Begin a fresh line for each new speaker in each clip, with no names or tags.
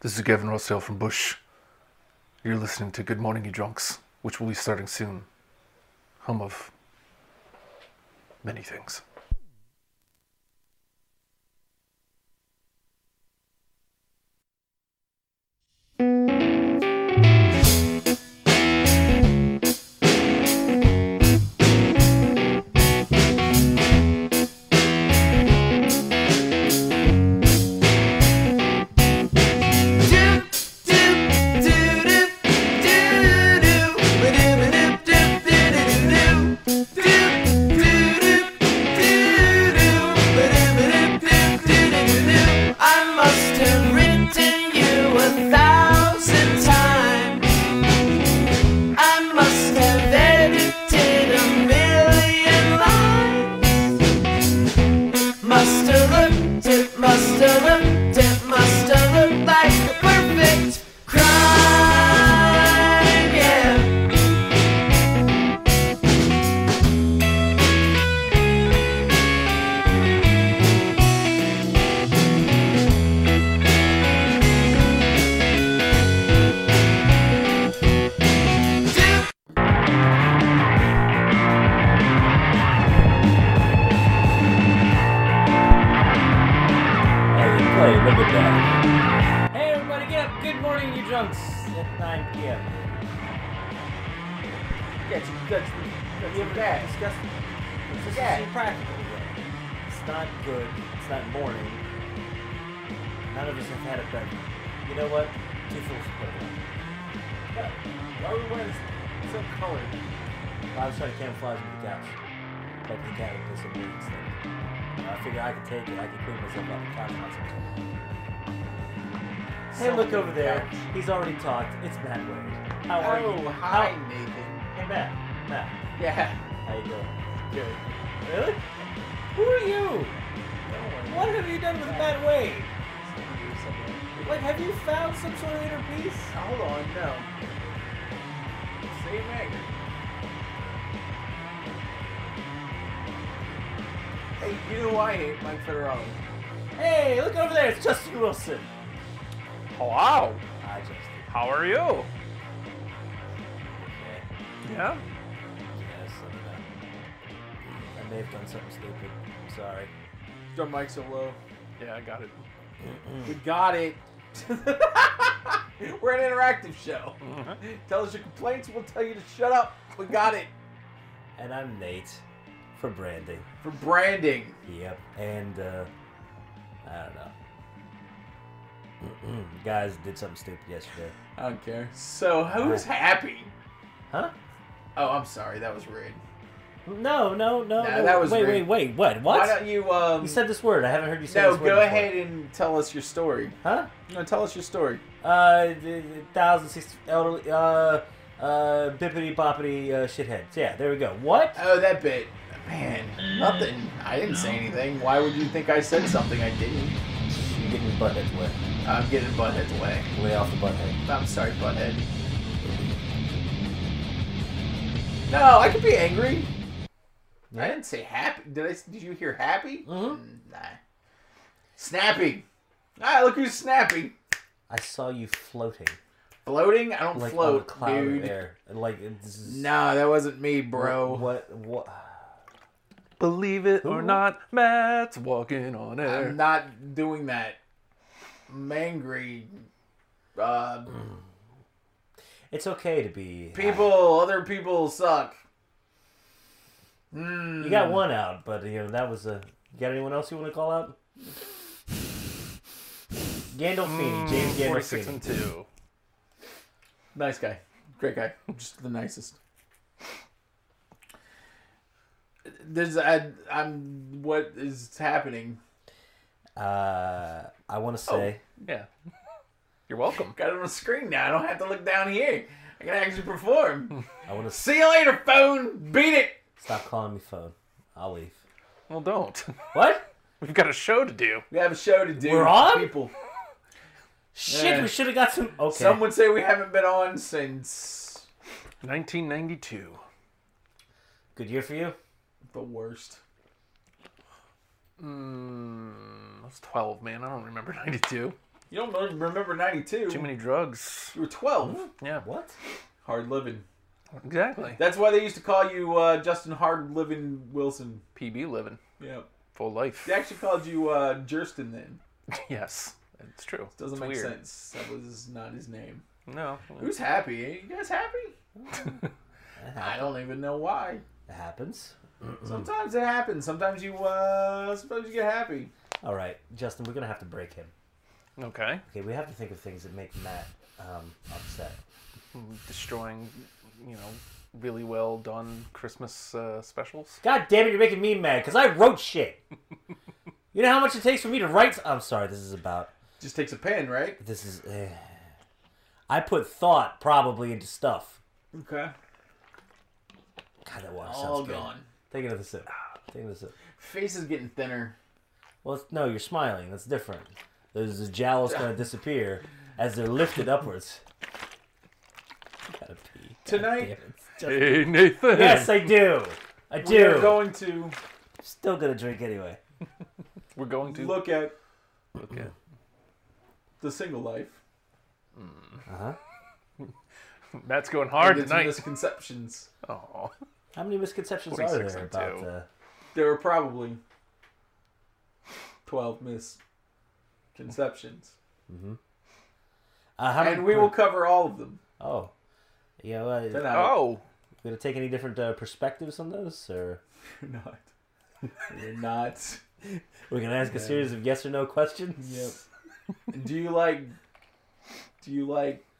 This is Gavin Rossdale from Bush. You're listening to Good Morning You Drunks, which will be starting soon. Home of many things.
I must have written you a thousand times. I must have edited a million lines. Must have looked, it must have looked, it must have looked like the perfect crime. Yeah.
And we play Look at That. Hey everybody, get up. Good morning, you drunks. At 9 p.m.
That's that's that's
You have
bad.
that. Disgusting. This is
Yeah.
impractical. It's not good. It's not morning. None of us have had it better. You know what? Two fools put it
Why are we wearing some color?
I was trying to camouflage with the couch. Like the cat would piss on me instead. I figured I could take it. I could clean myself off the couch once in a while. Hey, look over there. He's already talked. It's Matt Wade. How are you?
Oh, hi,
How-
Nathan.
Hey, Matt. Matt,
Yeah.
how you doing?
Good.
Really? Who are you? What have you done with Matt Wade? Like, have you found some sort of inner peace?
Hold on, no. Say Maggie. Hey, you know who I hate Mike Federelli.
Hey, look over there. It's Justin Wilson.
Hello.
Hi, Justin.
How are you?
Okay.
Yeah.
Yes, I mean, I- I may have done something stupid. I'm sorry.
Don't Mike so low.
Yeah, I got it.
We got it. We're an interactive show. Tell us your complaints. We'll tell you to shut up. We got it
And I'm Nate for branding.
for branding.
Yep. And uh, I don't know. Guys did something stupid yesterday.
I don't care. So who's happy?
Huh?
Oh, I'm sorry. That was rude.
No, no, no.
Nah,
no.
that was
wait,
rude.
wait, wait. What?
Why
What?
don't you? Um,
You said this word. I haven't heard you say
no.
this word.
Go
before.
ahead and tell us your story.
Huh?
No, tell us your story.
Uh, the- the thousand six elderly. Uh, uh, bippity boppity uh, shitheads. Yeah, there we go. What?
Oh, that bit. Man, nothing. I didn't say anything. Why would you think I said something I didn't?
You're getting your butt heads wet.
I'm getting butthead's way.
Lay off the butt head.
I'm sorry, butthead. No, I could be angry. I didn't say happy. Did I? Did you hear happy?
Mm-hmm.
Mm, Nah. Snappy. Ah, look who's snappy.
I saw you floating.
Floating? I don't
Like on a
float,
cloud of
dude.
air. Like it's-
No, that wasn't me, bro.
What what
Believe it
Who?
or not, Matt's walking on air.
I'm not doing that. I'm angry. Uh,
Mm. it's okay to be
people, other people suck.
You got one out, but you know, that was a you got anyone else you want to call out?
Mm,
Gandolfini, James
Forty-six
Gandolfini.
and two.
Nice guy. Great guy. Just the nicest. There's I, I'm what is happening.
Uh I
Oh.
wanna say
Yeah. You're welcome.
Got it on the screen now. I don't have to look down here. I can actually perform.
I wanna s-
See you later, phone. Beat it.
stop calling me phone. I'll leave.
Well, don't.
What?
We've got a show to do.
We have a show to do.
We're on?
People.
Shit,
Yeah.
we should have got some Okay.
Some would say we haven't been on since
1992.
Good year for you.
the worst.
Mm, I was 12, man. I don't remember 92.
You don't re- remember 92.
Too many drugs.
You were 12.
Yeah.
What?
Hard living.
Exactly.
That's why they used to call you uh, Justin Hard Living Wilson.
PB living.
Yep.
Full life.
They actually called you uh, Jurston then.
Yes. It's true.
Doesn't
It's
make
weird.
sense. That was not his name.
No.
Who's happy? eh? You guys happy? I don't even know why.
It happens.
Sometimes it happens. Sometimes you uh sometimes you get happy.
All right, Justin, we're gonna have to break him.
Okay.
Okay, we have to think of things that make Matt um, upset.
Destroying, you know, really well done Christmas uh, specials.
God damn it, you're making me mad because I wrote shit. you know how much it takes for me to write. I'm sorry, this is about.
Just takes a pen, right?
This is. Eh. I put thought probably into stuff.
Okay.
God, that water sounds
All
good.
gone.
Take another sip. Take another sip.
Face is getting thinner.
Well, it's- no, you're smiling. That's different. There's the jowls gonna disappear as they're lifted upwards. Gotta pee. Damn
Tonight
it.
Hey, Nathan.
Yes, I do. I
we are
do.
going to
Still gonna drink anyway.
We're going to
look at
look at
the single life.
Uh huh.
Matt's going
and
hard
its
tonight.
misconceptions.
Oh,
How many misconceptions are
46
there
and
about uh,
two.
the?
There were probably twelve misconceptions.
Uh, how many
And we will cover all of them
Oh, yeah. Well,
tonight.
oh,
we gonna take any different uh, perspectives on those, or
We're not. We're not.
we're gonna ask a series of yes or no questions?
Yep. do you like? Do you like?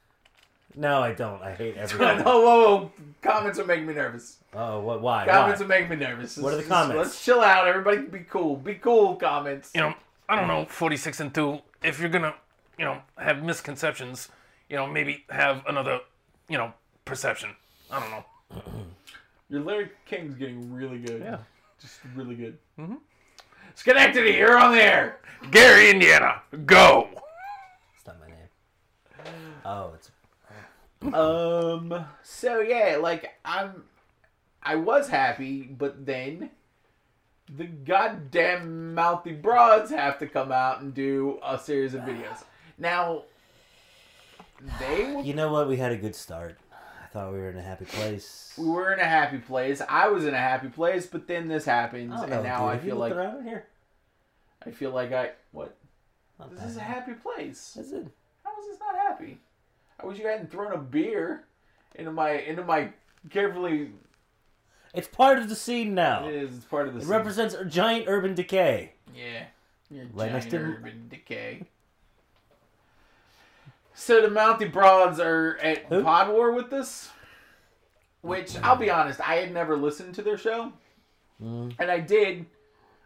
No, I don't. I hate
no,
everything.
whoa, whoa! Comments are making me nervous.
oh, what? Why?
Comments
why?
are making me nervous.
What are the
Just-
comments?
Let's chill out. Everybody, be cool. Be cool. Comments.
you know, I don't know, 46 and 2. If you're going to, you know, have misconceptions, you know, maybe have another, you know, perception. I don't know.
Your Larry King's getting really good.
Yeah.
Just really good. Mm-hmm. Schenectady, you're on the air.
Gary, Indiana, go.
It's not my name. Oh, it's
Um. So yeah, like I'm, I was happy, but then the goddamn mouthy broads have to come out and do a series of videos. Now they were-
you know what? We had a good start. I thought we were in a happy place.
we were in a happy place. I was in a happy place, but then this happens,
I don't
and
know,
now
dude.
I
Have you
feel
looked
like
around here.
I feel like I what
Not
this
bad.
is a happy place.
Is it?
How is this not happy? I wish you hadn't thrown a beer into my into my carefully.
It's part of the scene now.
It is part of the
It
scene.
represents a giant urban decay.
Yeah. You're
Right next
giant
to-
urban decay. So the Mountie Broads are at
Who? Mm.
Pod War with us. Which I'll be honest, I had never listened to their show. And I did.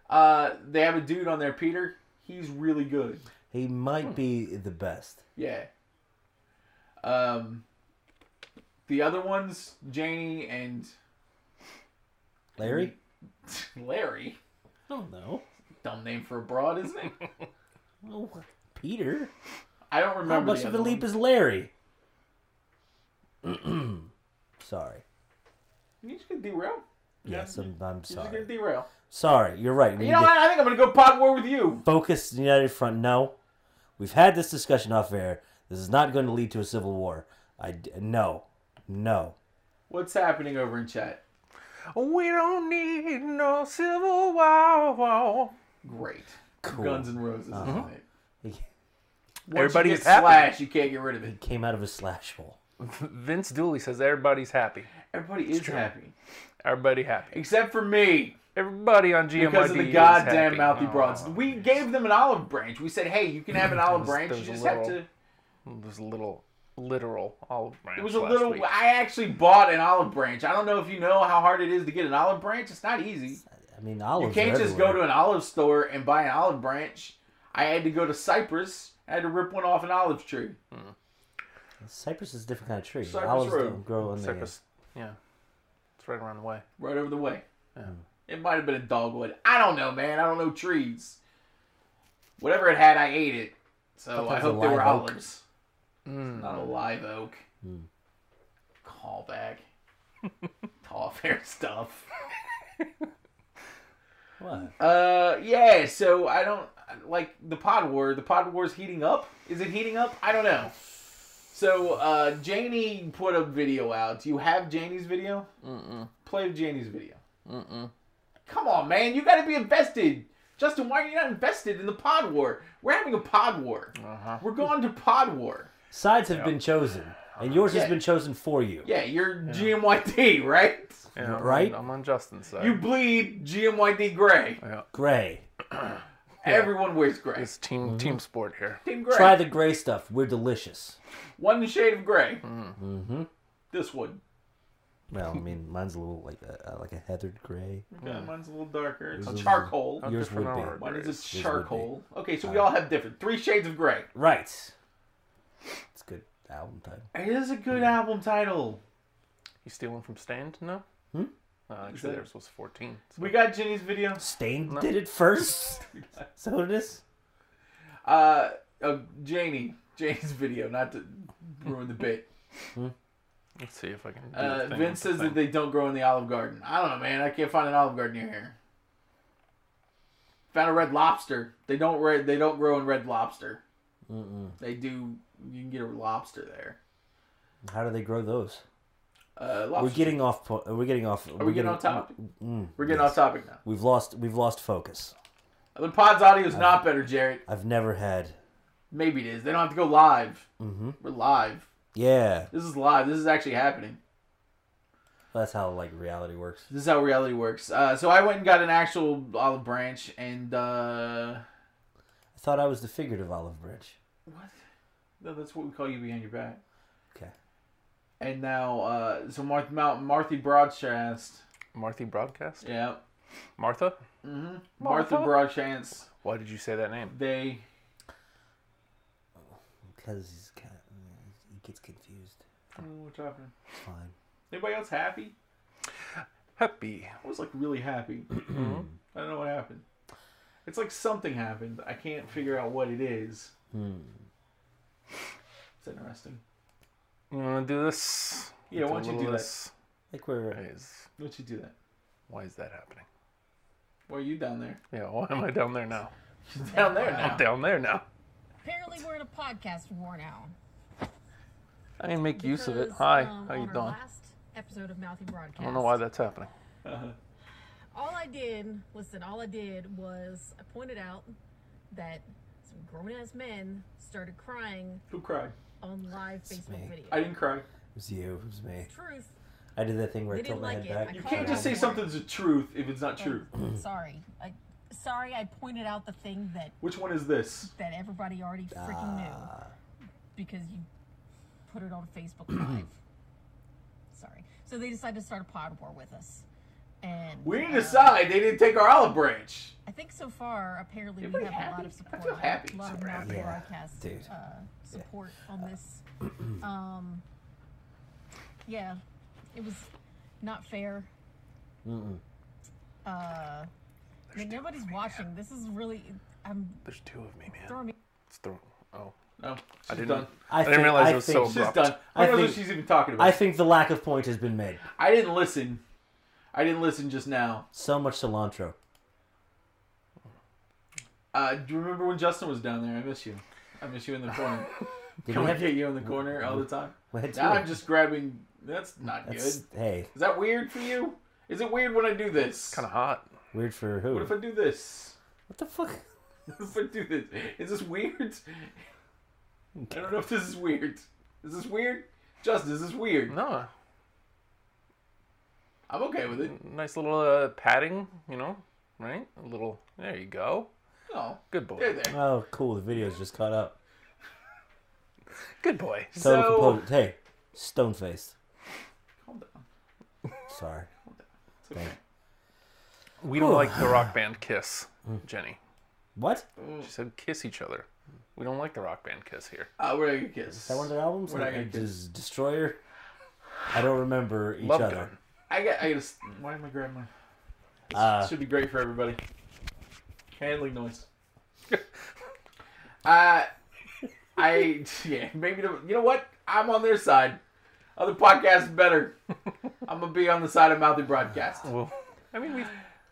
Uh, they have a dude on there, Peter. He's really good.
He
Hmm.
might be the best.
Yeah. Um the other ones, Janie and
Larry?
Larry. Mm-hmm.
Oh no.
Dumb name for a broad, isn't it?
Oh, Peter?
I don't
How
remember.
much
the
of a
other
leap
one.
is Larry? sorry.
You just gonna derail.
Yes, I'm, I'm
You're just gonna
sorry.
derail.
Sorry, you're right. We
You
need
know
to
what? I think I'm gonna go pod war with you.
focus the United Front. No. We've had this discussion off air. This is not going to lead to a civil war. I d- no. No.
What's happening over in chat?
We don't need no civil war.
Great.
Cool.
Guns and Roses. isn't it? Once
Everybody
you
is
get
happy.
slash, you can't get rid of it.
Came out of a slash hole.
Vince Dooley says everybody's happy.
Everybody is happy,
Everybody happy.
except for me
Everybody on GMYD
because of the
is
goddamn
happy.
mouthy
Aw.
broads. We gave them an olive branch. We said, "Hey, you can have an olive branch. You
there's a
just have
little-
to."
It was a little literal olive branch.
It was a
last
little.
week.
I actually bought an olive branch. I don't know if you know how hard it is to get an olive branch. It's not easy.
I mean, olives.
You can't just go to an olive store and buy an olive branch. I had to go to Cyprus. I had to rip one off an olive tree.
Cypress is a different kind of tree.
Cypress
olives
Road.
don't grow on
Cypress. Yeah. It's right around the way.
right over the way.
Oh.
Yeah.
It might have been a dogwood. I don't know, man. I don't know trees. Whatever it had, I ate it. So I
Sometimes a
hope they
live
were
oak. Hmm.
olives. It's not a live oak. Callback. Tall fair stuff.
The, what?
Uh, yeah. So I don't. like the pod war. The pod war's heating up. Is it heating up? I don't know. So uh, Janie put a video out. Do you have Janie's video? Mm-mm. Play Janie's video. Mm-mm. Come on, man. You got to be invested. Justin, why are you not invested in the pod war? We're having a pod war. We're going to pod war.
Sides have been chosen, and yours has
Yeah.
been chosen for you.
Yeah, you're GMYT, right?
Yeah, I'm
Right?
On, I'm on Justin's side.
You bleed GMYT gray.
Gray.
Everyone wears gray.
It's team
Mm-hmm.
team sport here.
Team gray.
Try the gray stuff. We're delicious.
One shade of gray. Mm-hmm. This one.
Well, I mean, mine's a little like a, uh, like a heathered gray.
Yeah, mine's a little darker. It's a
Yours is-
charcoal.
Yours would
different
be.
hour.
Mine
Yours
is a
would
charcoal. Okay, so we all have different. Three shades of gray.
Right. It's good album title.
It is a
Hmm.
good album title.
You stealing from Stand? No. Hmm? Uh, actually,
that-
theirs was 14. so-
We got Jenny's video.
Stain did it first. so what it is?
Uh, oh, Janie. Janie's video, not to ruin the bit.
Let's see if I can. Do
Uh,
the thing
Vince
with
says
the thing.
that they don't grow in the Olive Garden. I don't know, man. I can't find an Olive Garden near here. Found a Red Lobster. They don't red. They don't grow in Red Lobster. They do. You can get a lobster there.
How do they grow those? We're
Uh, lobster.
getting off. po- uh, We're getting off.
Are we getting on topic? We're getting off topic now.
We've lost. We've lost focus.
The pod's audio is not better, Jared.
I've never had.
Maybe it is. They don't have to go live. Mm-hmm. We're live.
Yeah,
This is live. This is actually happening.
that's how like reality works.
This is how reality works. Uh, so I went and got an actual olive branch, and uh,
I thought I was the figurative olive branch.
what? No, that's what we call you behind your back.
Okay.
And now, uh, so Martha Mount, Martha Broadchast.
Martha broadcast.
Yeah,
Martha.
Martha Broadchance.
Why did you say that name?
They
Because he's kind of, he gets confused.
I don't know what's happening.
Fine.
Anybody else happy?
Happy.
I was like really happy. I don't know what happened. It's like something happened. I can't figure out what it is. It's interesting.
You want to do this?
Yeah, why don't you
little
do that?
this?
Like we're
Why is-
Don't you do that?
why is that happening?
Why are you down there?
Yeah, why am I down there now?
Down there now.
I'm down there now.
Apparently, we're in a podcast war now.
I didn't make use of it.
Because,
Hi,
um,
how
on
you
our
doing?
Last episode of Mouthy Broadcast.
I don't know why that's happening.
All I did, listen, all I did was I pointed out that some grown ass men started crying
Who cried?
on live
me.
Facebook video.
I didn't cry.
it was you. It was me.
Truth.
I did that thing where I
They
tilt
didn't
my
like
head
it.
back.
I
You
cried.
can't just say something's the truth if it's not true.
Sorry. I, sorry, I pointed out the thing that
Which one is this?
that everybody already freaking
Ah.
knew because you put it on Facebook Live. Sorry. So they decided to start a pod war with us. And
We need
uh,
to decide. They didn't take our olive branch.
I think so far, apparently, we
Everybody
have a
happy?
lot of
I
support.
feel happy.
A lot of
Super
mouth
happy.
Yeah,
broadcast
dude.
Uh, support on this. um, yeah, it was not fair. Uh, I mean, nobody's watching. This is really. I'm
There's two of me, man.
throwing me
It's throw- oh,
No, she's
I didn't.
done.
I, didn't realize it was
think,
so
She's
abrupt.
done.
I
I don't know what
think-
she's even talking about.
I think the lack of point has been made.
I didn't listen. I didn't listen just now.
So much cilantro.
Uh, do you remember when Justin was down there? I miss you. I miss you in the corner.
Did
Can
we
we
have-
get you in the corner all the time?
we had two
Now
of
I'm just grabbing. That's not good.
That's,
Is
hey,
that weird for you? Is it weird when I do this?
Kind of hot.
weird for who?
What if I do this?
What the fuck?
What if I do this? Is this weird? I don't know if this is weird. Is this weird? Justin, is this weird?
No,
I'm okay with it.
nice little uh, padding, you know, right? A little. There you go.
No.
Good boy.
There, there.
Oh, cool. The video's just caught up.
Good boy.
Total
So-
composed. Hey, stone faced.
Calm down.
Sorry.
It's okay.
We don't like the rock band Kiss,
Hmm.
Jenny.
What? Is
She said kiss each other. We don't like the rock band Kiss here.
Uh, we're not gonna kiss.
that one of their albums?
We're not
Like,
gonna kiss.
does Destroyer? I don't remember each
Love
other.
Gun.
I got. I got. Why am I grabbing my? This
Uh,
should be great for everybody. Handling noise. uh, I yeah. Maybe the, you know what? I'm on their side. Other podcasts better. I'm gonna be on the side of Mouthy Broadcast.
Well, I mean, we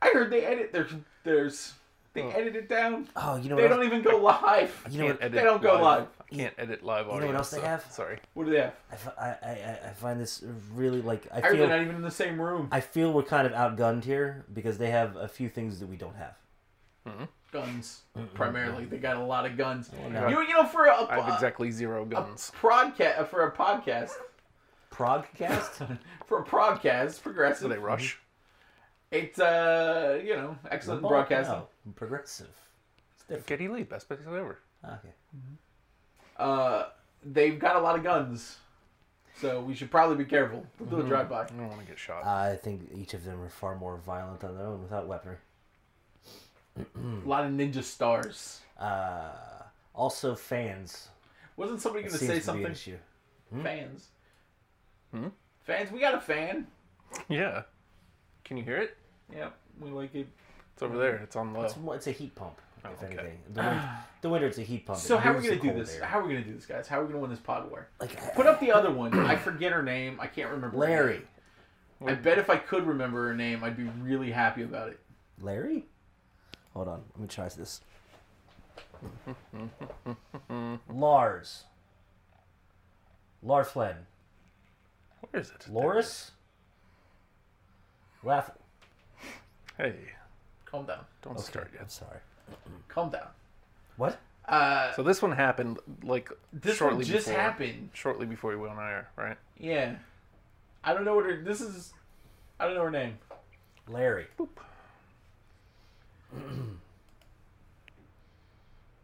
I heard they edit their there's They edit it down.
Oh, you know
They
what
don't
else,
even go live.
You know what-
they don't go live.
I can't edit live audio.
what else they
so-
have?
Sorry.
What do they have?
I fi- I, I, I- I find this really like I
How are they not
feel
even in the same room?
I feel we're kind of outgunned here because they have a few things that we don't have.
Guns, primarily. They got a lot of guns.
no.
You, you know, for a,
I have
Uh,
a-
exactly zero
a
guns.
podcast, for a podcast,
Progcast.
for a
Do
podcast,
they
mm-hmm.
progressive,
rush?
it's uh, you know, excellent broadcasting.
No, progressive. It's different.
Getty Lee, best place ever.
Okay.
Uh, they've got a lot of guns, so we should probably be careful. We'll
Mm-hmm.
do a drive by.
Mm.
I don't want to get shot.
I think each of them are far more violent on their own without weaponry.
A lot of ninja stars.
Uh, also, fans.
Wasn't somebody going to
seems
say
to Be an
something?
issue. Hmm?
Fans. Fans, we got a fan.
yeah. Can you hear it?
Yep, we like it.
It's over there. It's on low.
Oh.
It's, more- it's a heat pump, if
okay.
anything. The, win- the winter, it's a heat pump. It
So how are
moves
we gonna
Oh, the
do
cold
this?
air.
How are we gonna do this, guys? How are we gonna win this pod war?
Like, uh,
Put up the other one. I forget her name. I can't remember. her
Larry.
name. I bet if I could remember her name, I'd be really happy about it.
Larry? Hold on. Let me try this. Lars. Larflin.
Where is it?
Loris? Laugh.
Hey,
Calm down.
don't start
I'm
yet.
sorry.
Calm down.
What?
Uh,
So this one happened like
this
shortly
one just
before,
happened.
Shortly before we went on air, right?
Yeah. I don't know what her. This is. I don't know her name.
Larry.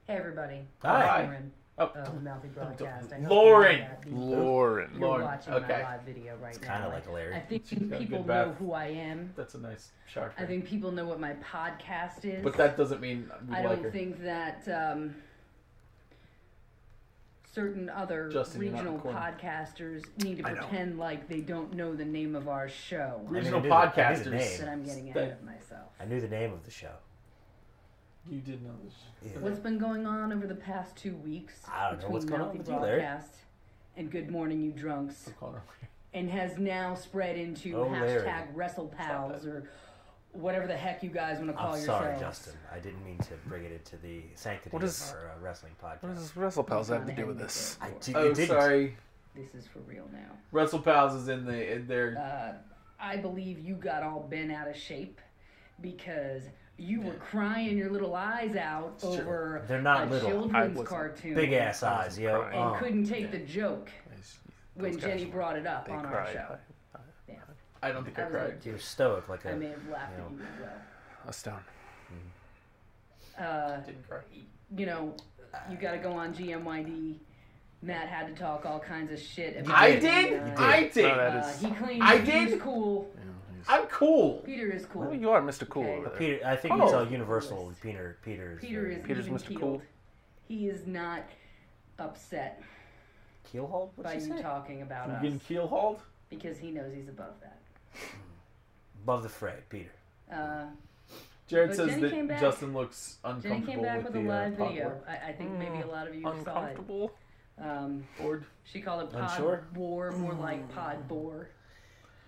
Hey everybody.
Hi.
Lauren
Oh.
of Mouthy Broadcast. I hope you
Lauren.
know that because
Lauren.
You're
Lauren.
watching
Okay.
my live video right now.
kinda like Larry.
I think
She's got a
people
good back.
know who I am.
That's a nice shark.
I think people know what my podcast is.
But that doesn't mean we
I
like
don't
her.
think that um, certain other
Justin, you're not
regional
recording.
podcasters need to
know.
pretend like they don't know the name of our show.
Regional
I knew the- I knew the
podcasters.
name.
That I'm getting
That-
ahead of myself.
I knew the name of the show.
You did know this.
What's been going on over the past two weeks
I don't know
between
what's going on
Mouthy
with you, Larry.
Broadcast and Good Morning You Drunks?
Call her.
and has now spread into
Oh, Larry.
hashtag WrestlePals or whatever the heck you guys want to
I'm
call yourselves.
sorry, Justin. I didn't mean to bring it into the sanctity
What is-
of our uh, wrestling podcast.
What does WrestlePals have to do with this?
I did,
Oh,
it didn't.
sorry.
This is for real now.
Russell Pals is in the in their
I believe you got all bent out of shape because you were crying your little eyes out over
They're not
a
little. I
children's
wasn't.
cartoon
Big ass eyes, yo.
crying.
and
Um,
couldn't take the joke when
guys
Jenny
were-
brought it up
They
on our
cried.
show. Yeah.
I don't think I,
Uh, I was
cried.
like,
you're stoic like a.
I may have laughed
Yeah.
at you as well.
A stone.
Uh,
didn't cry.
you know, you got to go on GMYD. Matt had to talk all kinds of shit. About
I
it.
did.
Uh,
I did.
No, that
Uh,
is.
he claims
I
he's
did?
cool.
I'm cool.
Peter is cool.
Oh, you are Mr. Cool
Okay.
over there.
Peter, I think it's
Oh.
all universal. with Peter, uh, Peter is.
Peter
very-
is
Peter's
even
Mr.
keeled.
Cool.
He is not upset
keelhauled.
by
What
you
you say?
talking about
You
us
getting keel hauled?
because he knows he's above that.
Above the fray, Peter.
Uh,
Jared
But
says
Jenny came
that
back.
Justin looks
Jenny came
uncomfortable
back
with
with,
the
a live
uh,
video.
pod
I, I think maybe a lot of you saw it.
Mm, Uncomfortable.
Um,
board.
she called it pod
Unsure?
war, more
Mm.
like pod bore,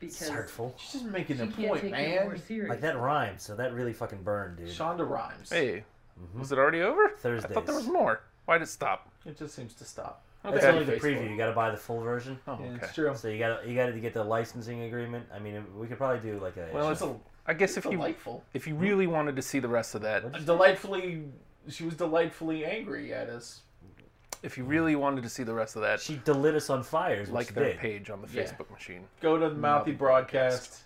It's
because
hurtful.
She's just making
she
a
can't
point,
take it more
man.
serious.
Like that rhymes, so that really fucking burned, dude.
Shonda rhymes.
Hey,
Mm-hmm.
was it already over? I thought
Thursdays.
there was more. Why did it stop?
It just seems to stop.
Okay.
That's only the
Facebook.
preview. You got to buy the full version.
Oh,
Yeah,
okay.
it's true.
So you got to you got to get the licensing agreement. I mean, we could probably do like a.
Well,
It's
it's,
a,
I guess if you
delightful.
if you really wanted to see the rest of that,
Delightfully, she was delightfully angry at us.
if you really wanted to see the rest of that,
she delit us on fires.
like
Like
their
big.
page on the
Yeah.
Facebook machine.
Go to the Mouthy Broadcast,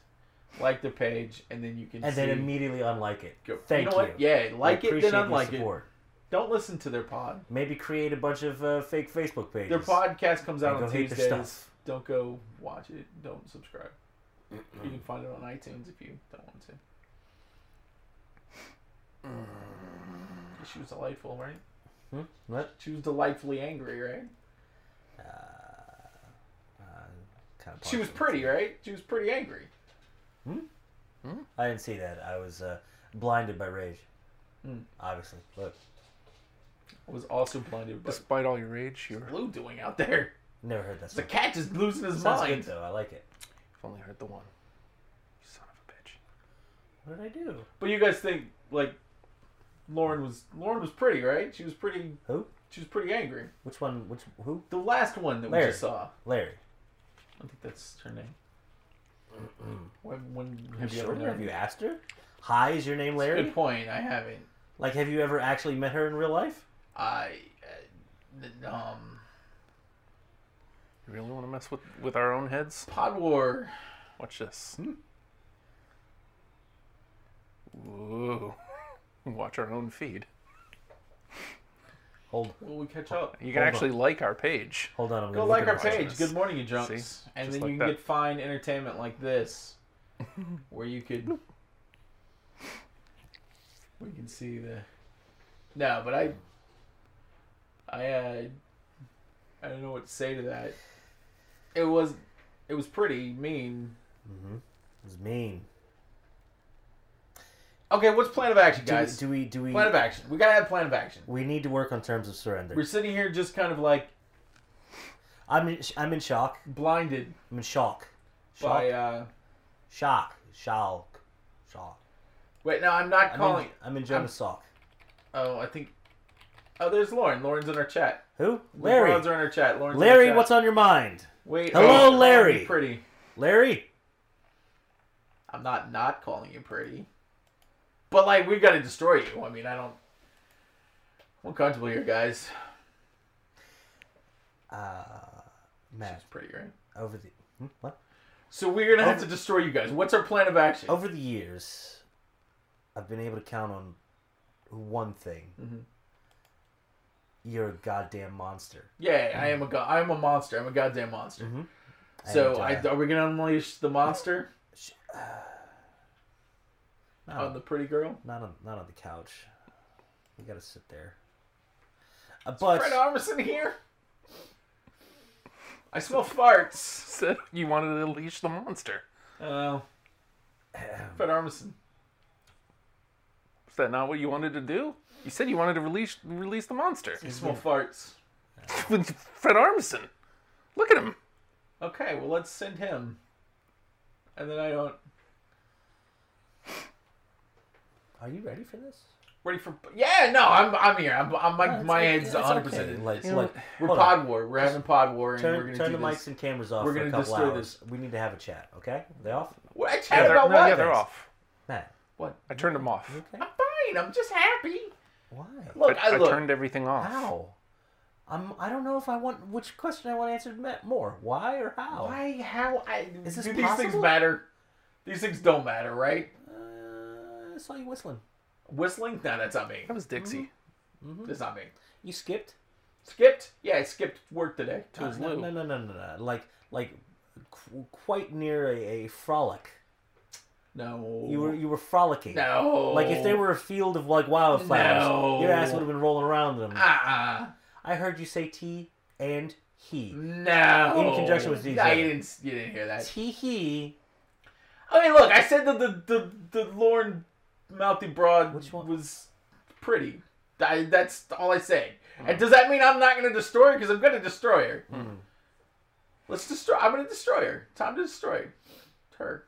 like the page, and then you can
and
see.
then immediately unlike it.
Go-
Thank you.
you. Know What?
I
Yeah, like it,
appreciate
then
your
unlike it.
support.
Don't listen to their pod.
Maybe create a bunch of uh, fake Facebook pages.
Their podcast comes out
And
on
go hate their
Tuesdays.
stuff.
Don't go watch it. Don't subscribe. you can find it on iTunes if you don't want to. Mm. She was delightful, right?
What?
She was delightfully angry, right?
Kind of
She was pretty, right? She was pretty angry.
I didn't see that. I was uh, blinded by rage.
Hmm.
Obviously, look,
I was also blinded by
Despite all your rage, you were-
Blue doing out there.
never heard that.
The
Song.
cat is losing his
Sounds
mind.
good though. I like it.
you've only heard the one. You son of a bitch.
What did I do?
But you guys think like Lauren was Lauren was pretty, right? She was pretty.
Who?
She was pretty angry.
Which one? Which who?
The last one that we
Larry.
just saw.
Larry.
I think that's her name. when when
Have
have
you,
you ever
sure? have
known?
you asked her? Hi, is your name Larry?
Good point. I haven't.
Like, have you ever actually met her in real life?
I uh, n- um
You really want to mess with, with our own heads?
Pod War.
Watch this. Ooh. Watch our own feed.
Hold,
Will we catch up?
You can
Hold on.
actually like our page.
hold on. I'm
Go
gonna
like
look
our
at it.
page. Good morning, you drunks.
See?
And
Just like
then you can
that.
get fine entertainment like this, where you could we can see the no, but I I uh, I don't know what to say to that. It was it was pretty mean.
It's mean.
Okay, what's plan of action,
Do, we-
guys?
do we? Do we?
plan of action. We gotta have plan of action.
we need to work on terms of surrender.
We're sitting here just kind of like
I'm in, I'm in shock.
blinded
I'm in shock. Shock.
by uh
shock. Shock. Shock.
wait no I'm not
I'm
calling
in, I'm in Jonah's sock.
oh I think oh there's Lauren Lauren's in our chat
Who?
The
Larry.
broads are in our chat Lauren's
Larry,
in our chat.
what's on your mind?
wait oh,
Hello,
I'm calling you
Larry.
pretty
Larry.
I'm not not calling you pretty but like we gotta destroy you I mean I don't I'm comfortable here guys
Matt.
it's pretty right
Over the hmm? what?
so we're gonna have to destroy you guys what's our plan of action
Over the years, I've been able to count on one thing.
Mm-hmm.
You're a goddamn monster.
yeah I am a go- I am a monster I'm a goddamn monster
Mm-hmm. And,
so
uh,
I, are we gonna unleash the monster
not,
on the pretty girl
not on not on the couch. We gotta sit there. Uh, but
Fred Armisen here. I smell farts.
Said you wanted to unleash the monster.
Oh. Fred Armisen.
Is that not what you wanted to do? You said you wanted to release release the monster.
I smell farts.
Fred Armisen. Look at him.
Okay, well let's send him. And then I don't
are you ready for this?
ready for yeah no I'm I'm here I'm, I'm my
It's-
my
it's- it's
head's 100 percent
okay.
in
Like,
this.
like
We're
hold
pod
on.
war. We're having pod war and we're
Turn,
gonna
turn
do
the mics
this.
and cameras off
We're
for
gonna
a couple
destroy
hours. We need to have a chat. Okay? Are they off?
What I
Yeah,
chat
they're,
about
no,
what?
yeah, they're off.
Matt.
What?
I turned them off.
you Okay.
I'm fine. I'm just happy.
Why?
Look, I,
I,
look.
turned everything off.
How? I'm. I don't know if I want which question I want answered ma- more. Why or how?
Why? How? I,
Oh. Is this
do these things
possible?
matter? These things don't matter, right?
Uh, I saw you whistling.
Whistling? No, that's not me.
That was Dixie.
That's not me.
You skipped.
Skipped? Yeah, I skipped work today.
It was
no,
Lou.
no, no, no, no, no. Like, like, qu- quite near a, a frolic.
No.
You were you were frolicking.
No.
Like if there were a field of like wildflowers,
No.
your ass would have been rolling around in them.
Uh-uh.
I heard you say T and he.
No.
In conjunction with these
Nah, you
other-
didn't, you didn't hear that.
T he.
I mean, look, I said that the, the, the Lauren Mouthy Broad
Which one?
was pretty. I, that's all I say. And does that mean I'm not going to destroy her? Because I'm going to destroy her. Let's destroy. I'm going to destroy her. Time to destroy her.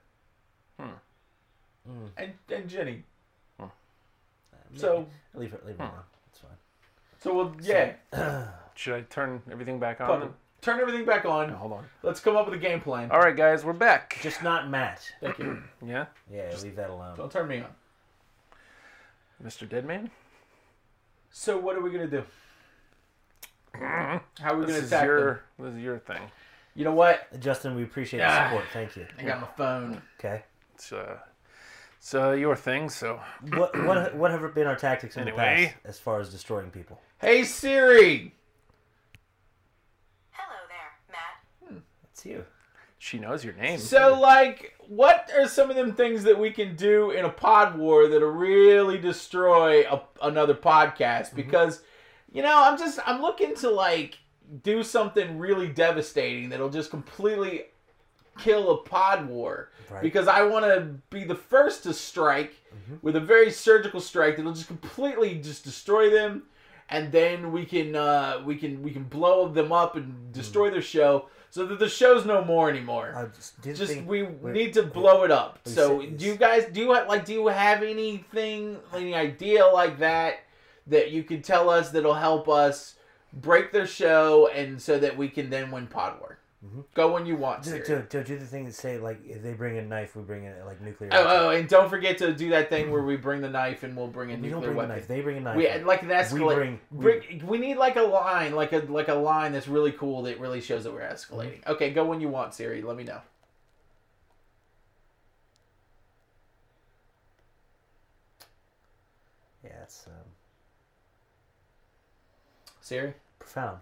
Hmm. And and Jenny. So hmm.
Leave it. Leave it alone. It's fine.
so we'll yeah.
Should I turn everything back on?
um,
Put- turn everything back on.
No, hold on.
Let's come up with a game plan.
All right, guys, we're back.
Just not Matt.
Thank you.
yeah,
Yeah, leave that alone.
Don't turn me on.
Mr. Deadman.
So what are we gonna do? How are
This
we gonna
is
attack
your
them?
this is your thing.
You know what?
Justin, we appreciate the
Ah.
support. Thank you.
I got my phone.
Okay.
It's uh, it's uh, your thing. So
What what what have been our tactics in the
Anyway.
past as far as destroying people?
Hey Siri.
Hello there, Matt.
It's you.
she knows your name.
So like, what are some of them things that we can do in a pod war that'll really destroy a, another podcast? Because, you know, I'm just I'm looking to like do something really devastating that'll just completely kill a pod war
Right.
because I want to be the first to strike with a very surgical strike that'll just completely just destroy them, and then we can uh, we can we can blow them up and destroy their show. so that the show's no more anymore.
I just didn't
just
think
we
we're-
need to blow it up.
we
So
said
do
this.
you guys do you have- like do you have anything any idea like that that you can tell us that'll help us break their show and so that we can then win Pod War? Go when you want.
To,
Siri.
to, to Mm-hmm. do the thing that say like if they bring a knife, we bring a like nuclear.
Oh,
weapon.
oh, and don't forget to do that thing where we bring the knife and we'll bring a
we
nuclear
don't bring
weapon.
a knife. They bring a knife.
We like an escalate.
We
We,
bring- we-
we need like a line, like a like a line that's really cool that really shows that we're escalating.
Mm-hmm.
Okay, go when you want, Siri. Let me know.
yeah, it's um,
Siri,
profound.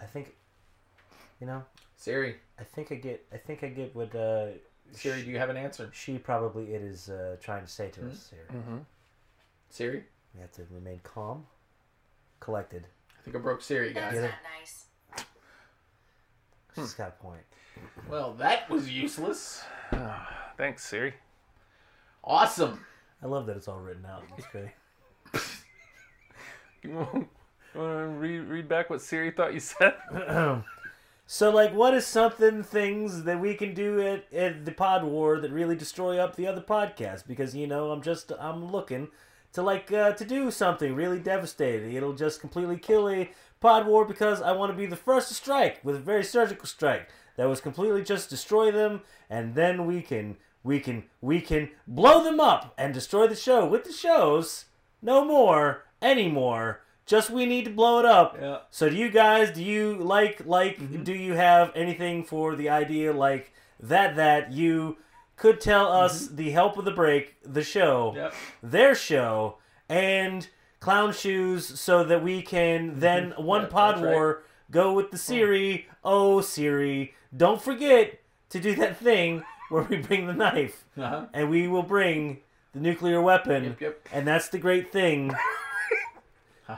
I think, you know,
Siri,
I think I get. I think I get what uh,
Siri. Do you have an answer,
she probably it is uh, trying to say to us
Hmm?
here.
Mm-hmm. Siri?
We have to remain calm, collected.
I think I broke Siri, guys.
Yeah.
nice.
Hmm.
She's got a point.
Well, that was useless.
Thanks, Siri.
Awesome.
I love that it's all written out. That's great.
You want to read, read back what Siri thought you said?
So, like, what is something things that we can do at, at the Pod War that really destroy up the other podcast? Because you know, I'm just I'm looking to like uh, to do something really devastating. It'll just completely kill a Pod War because I want to be the first to strike with a very surgical strike that was completely just destroy them, and then we can we can we can blow them up and destroy the show with the shows. No more anymore. Just we need to blow it up.
Yeah. Mm-hmm.
So do you guys do you like like do you have anything for the idea like that that you could tell us
Mm-hmm.
the help of the break, the show,
Yep.
their show, and clown shoes so that we can then one
Yep,
pod
Mm-hmm. that's right. Mm-hmm.
war go with the Siri. Oh Siri, don't forget to do that thing where we bring the knife
Uh-huh.
and we will bring the nuclear weapon.
Yep, yep.
And that's the great thing.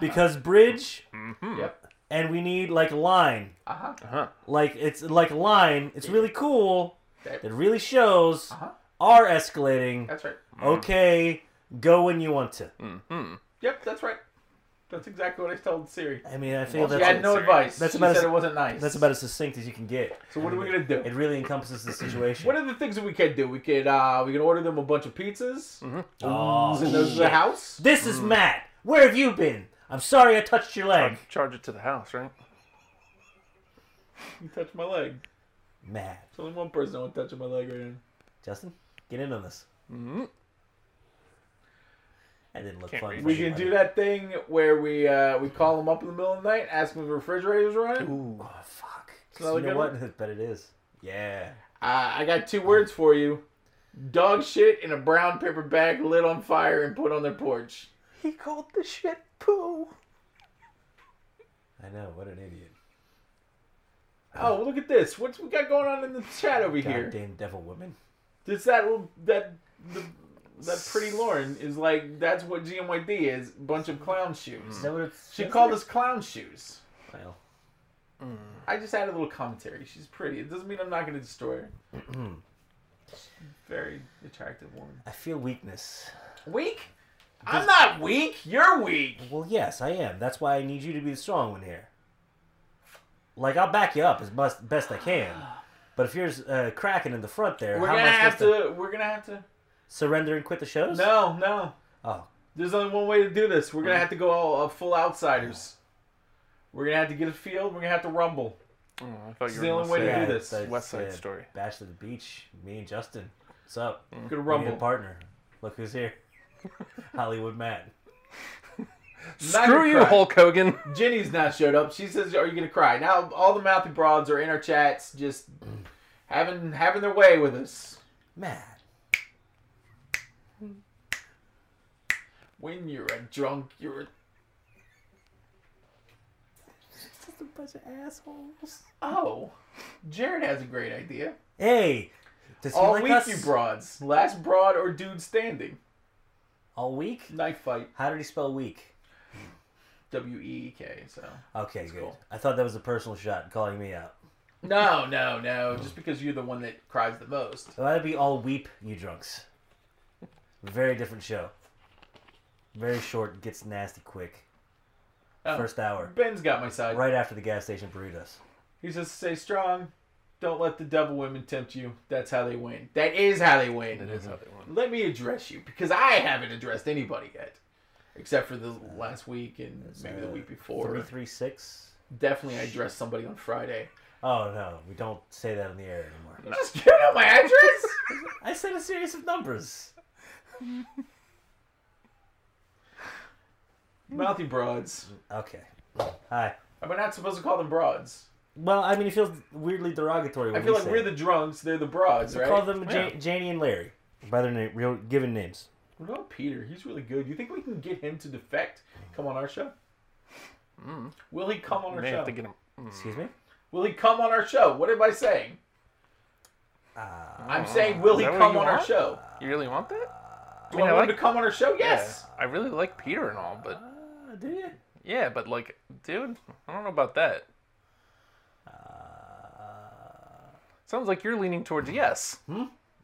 because bridge
Mm-hmm.
Yep.
and we need like a line.
Uh-huh.
Like it's like a line. It's really cool.
Okay.
It really shows
Uh-huh.
are escalating.
That's right.
Mm.
Okay, go when you want to.
Yep, that's right. That's exactly what I told Siri.
I mean, I feel
Well, she
that's
had no advice.
that's
she
about
said
as-
it wasn't nice.
that's about as succinct as you can get.
So what are we gonna do?
It really encompasses the situation.
What are the things that we could do? We could uh we could order them a bunch of pizzas. Mm-hmm.
Oh,
Send those to the
shit.
house.
This
Mm.
is Matt. Where have you been? I'm sorry I touched your leg.
Charge it to the house, right?
You touched my leg.
Matt,
There's only one person I want touching my leg right now.
Justin, get in on this. That didn't
Mm-hmm.
look
Can't
fun.
read.
for
We can
anybody.
do that thing where we uh, we call them up in the middle of the night, ask them if the refrigerator's running.
Ooh, Oh, fuck. 'Cause
Another
You know
good
what? I bet it is. Yeah.
Uh, I got two words for you: dog shit in a brown paper bag, lit on fire, and put on their porch.
He called the shit poo.
I know. What an idiot.
Oh, look at this! What we got going on in the chat over here?
Goddamn devil woman.
It's that little- that the, that pretty Lauren is like that's what GMYD is: bunch of clown shoes.
Is that what it's?
She called us clown shoes.
Well,
I just added a little commentary. She's pretty. It doesn't mean I'm not going to destroy her. Very attractive woman.
I feel weakness.
Weak? I'm not weak. You're weak.
Well, yes, I am. That's why I need you to be the strong one here. Like I'll back you up as best best I can, but if you're uh, cracking in the front there,
We're
how
gonna
am I
have
supposed to,
to, We're gonna have to.
surrender and quit the shows?
No, no.
Oh, Mm.
There's only one way to do this. We're gonna have to go all uh, full outsiders. We're gonna have to get a field. We're gonna have to rumble.
Oh, I thought
It's
you
the
were
only way to
gonna
do
say-
this.
that's,
West Side Story.
Bachelor at the beach. Me and Justin. What's up?
We're
Mm. We
gonna
need a
Mm-hmm. rumble.
partner. Look who's here. Hollywood Matt.
Neither
Screw you,
cried.
Hulk Hogan.
Jenny's not showed up. She says, "Are you gonna cry?" Now all the mouthy broads are in our chats, just having having their way with us.
Matt.
When you're a drunk, you're a
Just a bunch of assholes.
oh. Jared has a great idea.
Hey, does he
All
like
week,
us?
you broads. Last broad or dude standing.
All week?
Knife fight.
How did he spell week?
W E E K. So.
Okay, good.
cool.
I thought that was a personal shot calling me out.
No, no, no. Just because you're the one that cries the most.
So that'd be all weep, you drunks. Very different show. Very short, gets nasty quick.
Oh.
First hour,
Ben's got my side.
right after the gas station burritos.
He says, "Stay strong. Don't let the devil women tempt you. That's how they win. That is how they win.
That is how they won.
Let me address you because I haven't addressed anybody yet, except for the last week and maybe the week before.
uh, Three three six.
Definitely, I addressed somebody on Friday.
Oh no, we don't say that in the air anymore.
Just give out my address.
I said a series of numbers.
Mouthy broads.
Okay. Hi.
Am I not supposed to call them broads?
Well, I mean, it feels weirdly derogatory. When
I feel
we
like
say
we're
it.
the drunks. They're the broads, right?
call them ja- Janie and Larry by their name, real given names.
What about Peter? He's really good. You think we can get him to defect? Come on our show. Will he come on our
May
show?
have to get him.
Excuse me.
Will he come on our show? What am I saying? I'm saying, will he
Uh, that what
come
you
on our
want?
show?
You really want that?
Do I,
mean, I
want him
like-
to come on our show? Yes.
I really like Peter and all, but
Uh, do you?
yeah, but like, dude, I don't know about that. Ah. Sounds like you're leaning towards yes.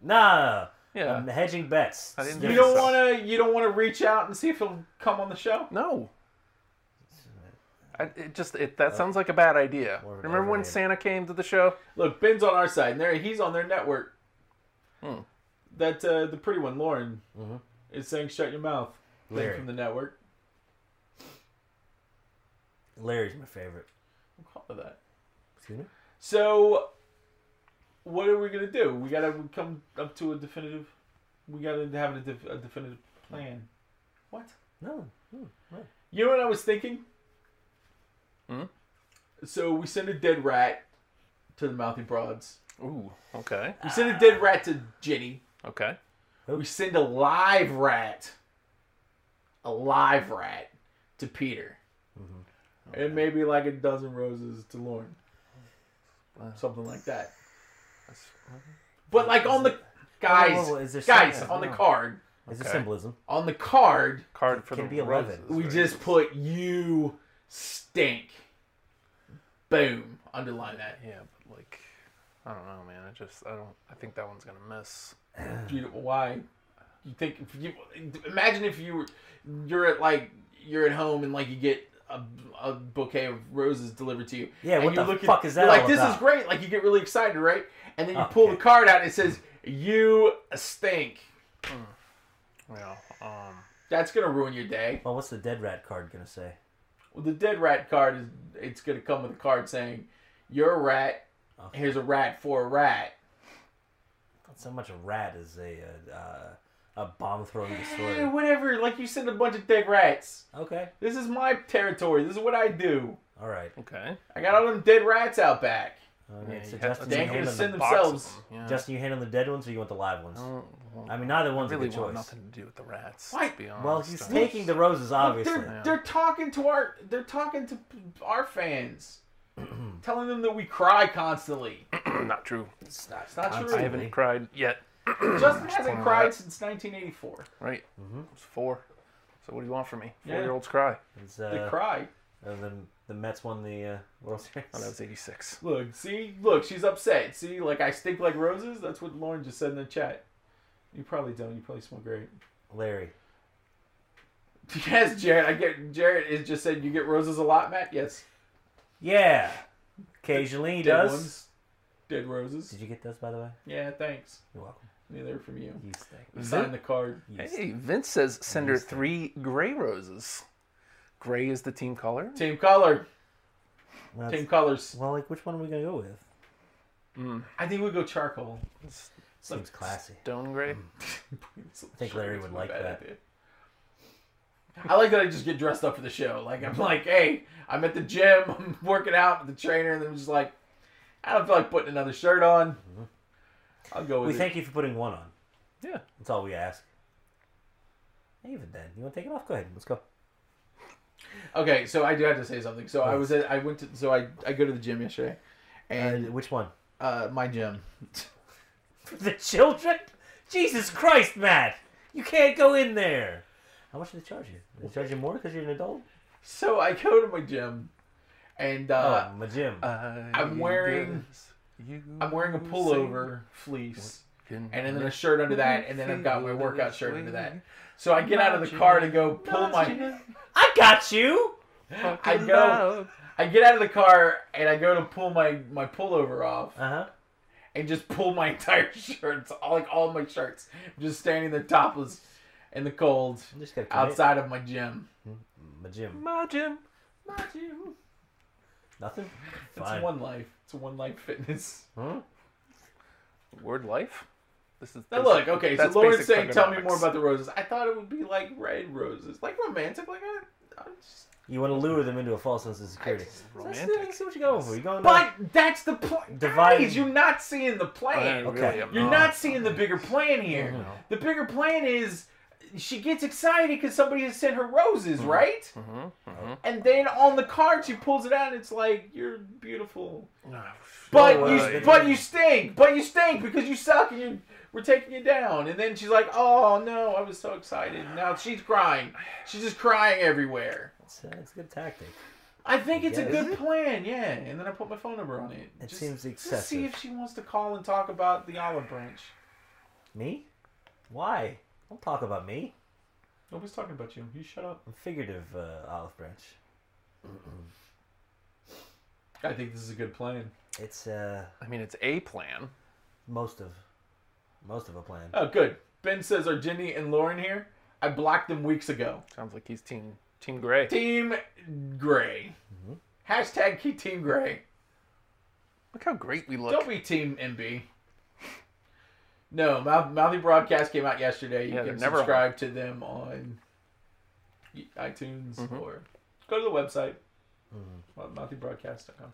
Nah.
Yeah.
I'm hedging bets.
I didn't
It's
You
think
don't
so.
want to. You don't want to reach out and see if he'll come on the show.
No. I, it just it, that sounds like a bad idea.
uh, More of an
Remember when
overrated.
Santa came to the show?
Look, Ben's on our side, and there he's on their network.
Hmm.
That uh, the pretty one, Lauren,
Mm-hmm.
is saying, "Shut your mouth." Larry.
Larry.
from the network.
Larry's my favorite.
We'll call it that.
Excuse me.
So, what are we gonna do? We gotta come up to a definitive. We gotta have a, def- a definitive plan. What?
No. Hmm.
You know what I was thinking?
Hmm?
So we send a dead rat to the Mouthy Broads.
Ooh. Okay.
We
Ah.
send a dead rat to Ginny.
Okay.
We send a live rat, a live rat, to Peter,
Mm-hmm.
and maybe like a dozen roses to Lauren, something like that. But like on the guys,
whoa, whoa, is there
guys
something-
on the card,
It's a
Okay.
symbolism.
on the card,
Card for
Can
the
be
roses,
11.
we
right?
just put you stink. Boom. Underline that.
yeah, but like I don't know, man. I just I don't I think that one's gonna miss.
You- why? You think if you imagine if you were you're at like you're at home and like you get a, a bouquet of roses delivered to you.
Yeah,
and
what
you
the fuck is that
you're Like
all
this is
about?"
great. Like you get really excited, right? And then you
Oh,
pull the
okay.
card out and it says you stink.
Yeah. Um.
That's gonna ruin your day.
Well, what's the dead rat card gonna say?
Well, the dead rat card is it's gonna come with a card saying you're a rat. Here's a rat for a rat.
Not so much a rat as a uh, uh, a bomb throwing
Eh,
destroyer.
whatever. Like you send a bunch of dead rats.
Okay.
This is my territory. This is what I do.
All right.
Okay.
I got all them dead rats out back.
All
Yeah,
right. so
you have to
Justin,
They
you
ain't gonna
handling
send
the,
Box of
themselves.
them, Yeah. Oh,
Justin, you handling the dead ones, or you want the live ones?
Well,
I mean, neither one's
really
a good
want
choice.
nothing Oh, to do with the rats.
Why?
To be honest.
Well, he's
I-
taking the roses, obviously.
They're, they're talking to our they're talking to our fans, telling them that we cry constantly.
not true.
It's not, it's not
I
true.
haven't cried yet.
Justin hasn't
Wow.
cried since 1984.
Right.
Mm-hmm.
It's four. So what do you want from me?
Yeah.
Four year olds cry.
It's,
They
uh,
cry.
and then the Mets won the uh, World Series.
Oh, that was eighty six.
Look, see, look, she's upset. See, like I stink like roses. That's what Lauren just said in the chat. You probably don't. You probably smell great.
Larry.
Yes, Jared. I get Jared is just said you get roses a lot, Matt. Yes,
Yeah. Occasionally he
dead
does.
ones, dead roses.
Did you get those, by the way?
Yeah, thanks.
You're welcome.
Neither from you.
You stink.
Sign the card.
Hey, Vince says send her three gray roses. Gray is the team color.
Team color.
Well,
Team
it's-
colors.
well, like, which one are we going to go with?
I think we go charcoal.
Seems classy.
Stone gray.
I think Larry would like that.
I like that I just get dressed up for the show. Like I'm like, hey, I'm at the gym, I'm working out with the trainer, and I'm just like, I don't feel like putting another shirt on. I'll go
Mm-hmm.
with
We
it.
thank you for putting one on.
Yeah.
That's all we ask. Even then, you want to take it off? Go ahead. Let's go.
Okay, so I do have to say something. So I was at, I went to so I I go to the gym yesterday,
Uh,
and
which one?
uh, my gym.
the children? Jesus Christ, Matt! You can't go in there. How much do they charge you? Do they charge you more because you're an adult?
So I go to my gym, and uh,
oh, my gym.
Uh,
I'm wearing- I'm wearing a pullover fleece. and then a shirt under that, and then I've got my workout shirt under that. So I get out of the car to go pull my.
I got you.
I go. I I get out of the car and I go to pull my my pullover off
Uh huh.
and just pull my entire shirts, all, like all my shirts, just standing there topless in the cold
I'm just gonna commit.
outside of my gym.
my gym.
My gym.
My gym.
Nothing.
It's
Fine.
one life. It's one life fitness.
Huh?
Word life. This is
Now
basic-
look, okay, so
that's
Lauren's
basic
saying, "Tell me more
ergonomics.
about the roses." I thought it would be like red roses, like romantic, like I. I just,
You want to lure them into a false sense of security.
romantic.
That's- I see what you're going for. You're going.
but that's the point.
Divide-
Guys, you're not seeing the plan.
I
Okay.
really am
You're not seeing the bigger plan here. The bigger plan is she gets excited because somebody has sent her roses, right? And then on the card she pulls it out and it's like, "You're beautiful,
Ah,
but
Oh,
you
wow.
but you stink, but you stink because you suck and you we're taking you down." And then she's like, "Oh no, I was so excited." Now she's crying. She's just crying everywhere.
It's, uh, it's a good tactic.
I think it's a
Yes.
good plan, yeah. And then I put my phone number on it.
It seems
Just see
excessive.
if she wants to call and talk about the olive branch.
Me? Why? Don't talk about me.
Nobody's talking about you. You shut up.
I'm figurative uh, olive branch.
I think this is a good plan.
It's uh
I mean, it's a plan.
most of most of a plan.
Oh, good. Ben says, "Are Jenny and Lauren here?" I blocked them weeks ago.
Sounds like he's team team gray.
Team Gray.
Mm-hmm.
Hashtag key Team Gray.
Look how great we look.
Don't be Team MB. No, Mouth- Mouthy Broadcast came out yesterday. You
Yeah,
can
they're never
subscribe to them on iTunes
Mm-hmm.
or go to the website. MouthyBroadcast.com.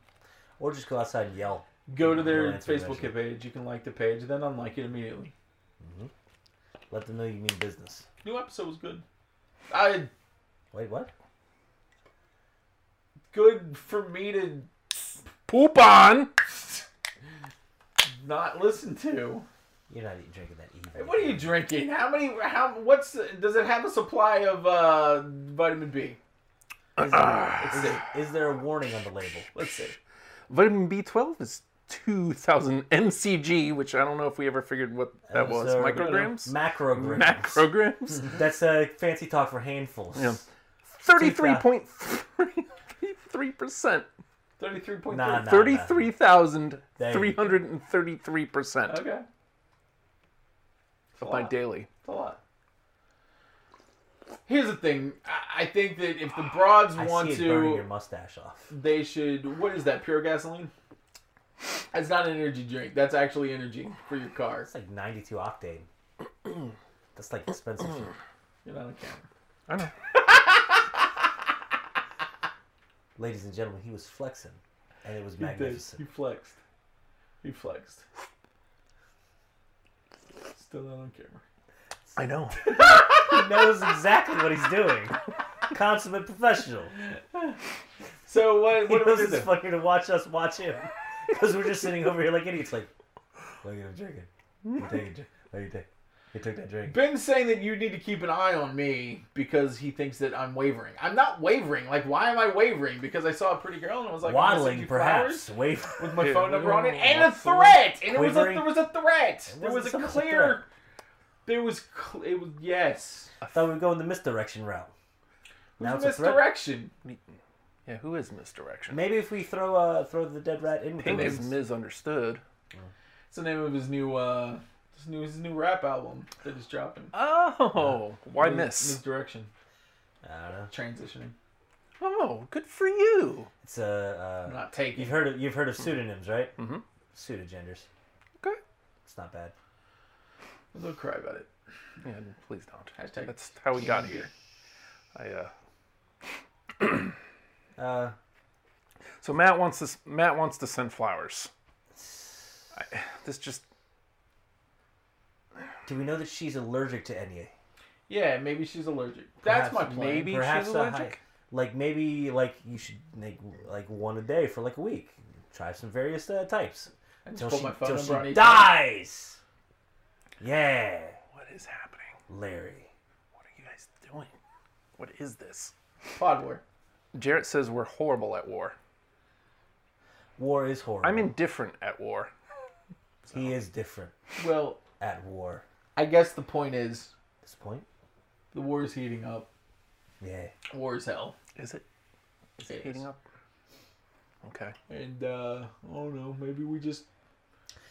Or just go outside and yell.
Go to
They'll
their
answer
Facebook
eventually.
page. You can like the page, then unlike it immediately.
Let them know you mean business.
New episode was good. I
Wait, what?
good for me to
Poop on.
not listen to.
You're not eating drinking that either.
Hey, What are you drinking? How many? How? What's? Does it have a supply of uh, vitamin B?
Is there, is, there- is there a warning on the label?
Ah, Let's see.
Vitamin B12 is 2,000 mcg, which I don't know if we ever figured what that
Uh,
was.
so-
Micrograms.
Macrograms.
Macrograms.
That's a fancy talk for handfuls.
Yeah. Thirty-three point thirty-three percent.
Thirty-three point three.
Nah, nah,
Thirty-three thousand
There you
three
go.
hundred and thirty-three percent
Okay,
of my daily.
it's a lot. Here's the thing. I, I think that if the broads
Ah, I
want
see it burning your
to,
mustache off.
they should. What is that? Pure gasoline. That's not an energy drink. That's actually energy for your car.
It's like 92 octane. That's like expensive. shit.
You're not on camera.
I know.
Ladies and gentlemen, he was flexing, and it was
You did. You
magnificent.
flexed. You flexed. Still not on camera.
I know.
He knows exactly what he's doing. Consummate professional.
So what?
He
What are we
knows
gonna
it's
do?
funny to watch us watch him because we're just sitting over here like idiots. Like, look at him drinking. He took, a drink. Look, he took, he took that drink.
Ben's saying that you need to keep an eye on me because he thinks that I'm wavering. I'm not wavering. Like, why am I wavering? Because I saw a pretty girl and I was like, I'm gonna send
Waddling,
you
perhaps.
flowers
Wave.
With my
Yeah.
phone number on it, and a
Waffle.
threat, and it was a,
Quivering.
there was a threat.
It
There was a
wasn't so much a
clear. There was cl- it was yes.
I thought we were going the misdirection route. Now
It
it's
was
a threat.
misdirection.
Yeah, who is misdirection?
Maybe if we throw uh, throw the dead rat in with
Pink
the
is
wings.
misunderstood.
It's the name of his new uh his new his new rap album that is dropping.
Oh, why miss?
Misdirection
I don't know.
transitioning.
Oh, good for you.
It's a. Uh,
I'm not taking.
You've heard of you've
Mm-hmm.
heard of pseudonyms, right?
Mhm.
Pseudogenders.
Okay.
It's not bad.
Don't cry about it.
Yeah, please don't.
Hashtag
That's how we got here. I uh.
Uh,
So Matt wants this. Matt wants to send flowers. I, this just
do we know that she's allergic to any?
Yeah, maybe she's allergic. That's
Perhaps-
my plan.
maybe
Perhaps
she's
a
allergic.
high- like maybe like you should make like one a day for like a week. Try some various uh, types until
put
she,
my phone
till
number on E
she
each
dies. Yeah,
What is happening?
Larry.
What are you guys doing? What is this?
Pod war.
Jarrett says we're horrible at war.
War is horrible.
I'm indifferent at war.
he is different
Well,
at war.
I guess the point is
At this point,
the war is heating up.
yeah.
War is hell.
Is it? Is
It
it
is.
heating up?
Okay.
And uh, I don't know. Maybe we just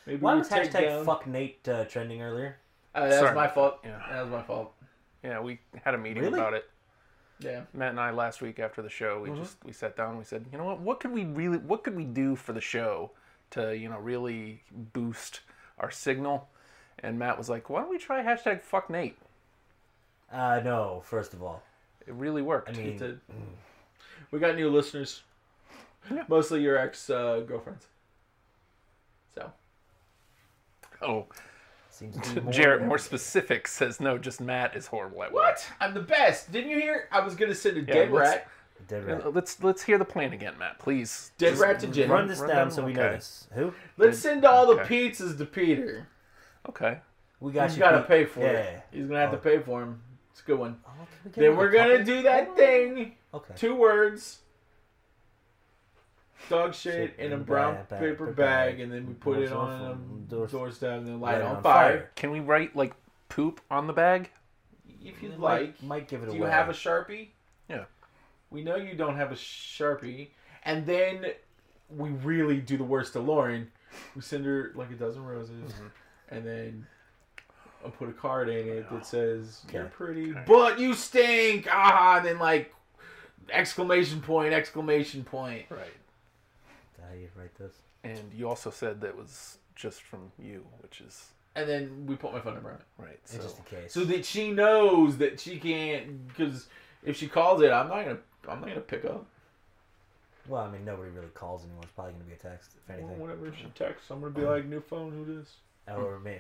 maybe
Why
we
was
take
hashtag
down.
fuck Nate uh, trending earlier?
Uh, that was
Sorry.
my fault.
Yeah.
That was my fault.
Yeah, we had a meeting
Really?
about it.
Yeah.
Matt and I last week after the show, we just we sat down. and We said, you know what? What could we really? What could we do for the show to you know really boost our signal? And Matt was like, why don't we try hashtag fuck Nate?
Uh, no, first of all.
It really worked.
I
It
mean,
did. We got new listeners. Mostly your ex uh, girlfriends. So
oh,
seems to be more
Jarrett,
than-
more specific, says no. Just Matt is horrible at work."
what? I'm the best. Didn't you hear? I was gonna send a
Yeah,
dead
let's-
rat,
Dead rat.
Uh, Let's let's hear the plan again, Matt. Please.
dead
Just-
rat to Jim.
Run this
run
down
down-
so we
okay.
know this. Who?
Let's send all the
Okay.
pizzas to Peter.
Okay.
We got
He's
you.
gotta
Pete.
pay for
yeah.
it. He's gonna have to
Oh.
pay for him. It's a good one.
Oh, can we get
Then
another
we're gonna
topic?
do that thing.
Okay.
Two words. Dog shit in a
in a
brown
bag- bag-
paper
bag,
bag, and then we put
doors
it
off
on
and
a
doors-
doorstep and then light it on fire.
Can we write like poop on the bag?
If you'd like.
Might, might give it
Do
away.
you have a sharpie?
Yeah.
We know you don't have a sharpie, and then we really do the worst to Lauren. We send her like a dozen roses,
Mm-hmm.
and then I put a card in it that says "You're
Okay.
pretty, but you stink!" Ah, and then like exclamation point, exclamation point.
Right.
How do you write this?
And you also said that was just from you, which is
And then we put my phone number on it
right. So
It's just in case.
so that she knows that she can't. Because if she calls it, I'm not gonna. I'm not gonna pick up.
well, I mean, nobody really calls anyone. It's probably going to be a text, if
Well,
anything.
whenever she texts, I'm gonna be like, "New phone, who this?" hmm.
Or me.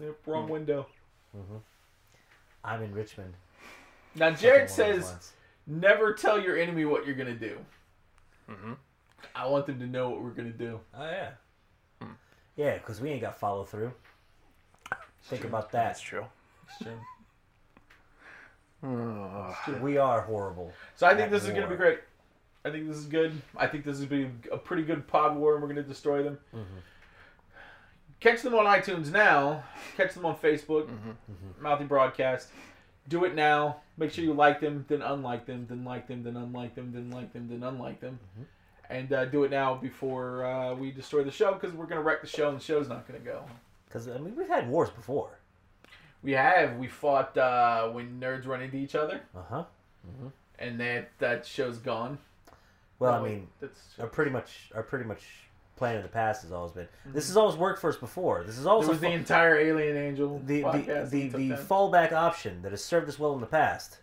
Yep,
Hmm.
wrong window.
I'm in Richmond. Something
Now
along
Jared
those
says,
lines.
"Never tell your enemy what you're gonna do."
Mm-hmm.
I want them to know what we're gonna do.
Oh yeah. Yeah, because we ain't got follow through. Think about that.
that's true.
We are horrible.
So I
That
think this is gonna be
war.
great. I think this is good. I think this is be a pretty good pod war, and we're gonna destroy them.
Mm-hmm.
Catch them on iTunes now. Catch them on Facebook.
Mm-hmm.
Mouthy Broadcast. Do it now. Make sure you like them, then unlike them, then like them, then unlike them, then like them, then unlike them.
Mm-hmm.
And uh, do it now before uh, we destroy the show because we're gonna wreck the show, and the show's not gonna go.
Because I mean, we've had wars before.
We have. We fought uh, when nerds run into each other,
Uh huh.
and that that show's gone.
Well,
Oh,
I
wait,
mean,
that's
our pretty much our pretty much plan in the past has always been this has always worked for us before. This is
it
also
was the
fu-
entire Alien Angel
the the
podcast
the,
that took
the
them.
fallback option that has served us well in the past.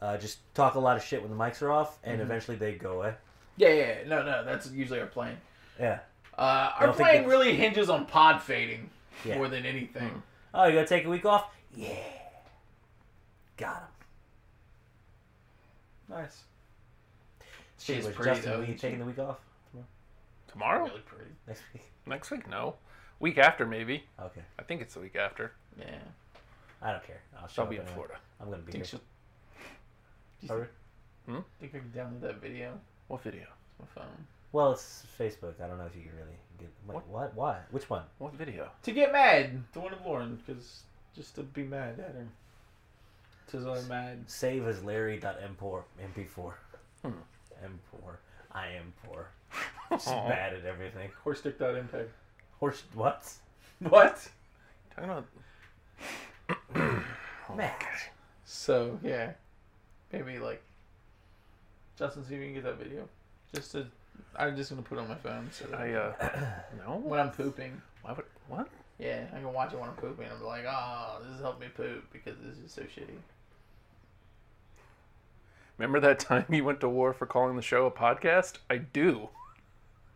Uh, just talk a lot of shit when the mics are off, and eventually they go away.
yeah, yeah, yeah. no, no, that's usually our plan.
Yeah.
Uh,
I
our
don't think
plan
that's-
really hinges on pod fading
Yeah.
more than anything.
Oh, you gotta take a week off? Yeah. Got him.
Nice. She's
Wait,
pretty
Justin,
though.
will you
She's
taking the week off
Tomorrow?
really pretty.
next week?
Next week? No. Week after maybe.
Okay.
I think it's the week after.
Yeah.
I don't care. I'll show
I'll
up
be in
anyway.
Florida.
I'm gonna be
Think
here.
she'll
Are we-
think I can download that video.
What video?
It's my phone.
Well, it's Facebook. I don't know if you can really get. Wait, what? what? Why? Which one?
What video?
To get mad, the one of Lauren, because just to be mad at her. Tis I'm mad.
Save as Larry.mp4. MP4.
Hmm.
M4. I am poor. Just bad at everything.
Horse stick that impact.
Horse. What?
What?
Talking about
Oh,
Matt.
So yeah, maybe like Justin, see if you can get that video. Just to, I'm just gonna put it on my phone so that
I uh no?
when I'm pooping,
Why would what?
yeah, I can watch it when I'm pooping. I'm like, oh, this helped me poop because this is so shitty.
Remember that time you went to war for calling the show a podcast? I do.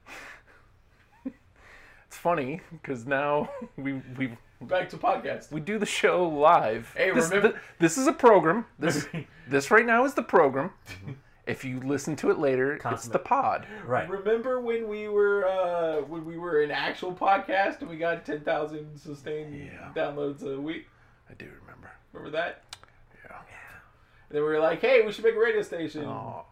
it's funny because now we we
Back to podcast.
we do the show live.
Hey,
this,
remember-
th- this is a program. This this right now is the program. If you listen to it later, it's
Consummate.
the pod.
Right.
Remember when we were uh, when we were an actual podcast and we got ten thousand sustained
Yeah.
downloads a week?
I do remember.
Remember that?
Yeah.
And then we were like, hey, we should make a radio station.
Oh.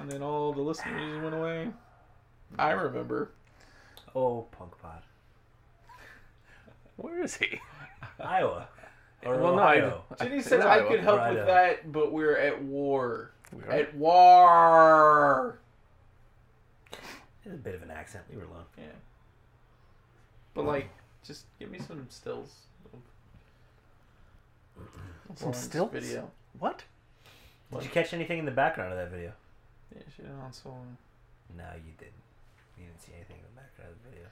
And then all the listeners went away. I remember.
Oh, punk pod.
Where is he?
Iowa. Or
Well, no, I-
Ohio.
Jenny said
No,
I could help
Right
with
on.
that, but we're at war.
We are.
At war.
It's a bit of an accent. Leave her alone.
Yeah. But like, just give me some stills.
Some
Lauren's
stills?
Video.
What?
Did you catch anything in the background of that video?
Yeah, she did on someone.
No, you didn't. You didn't see anything in the background of the video.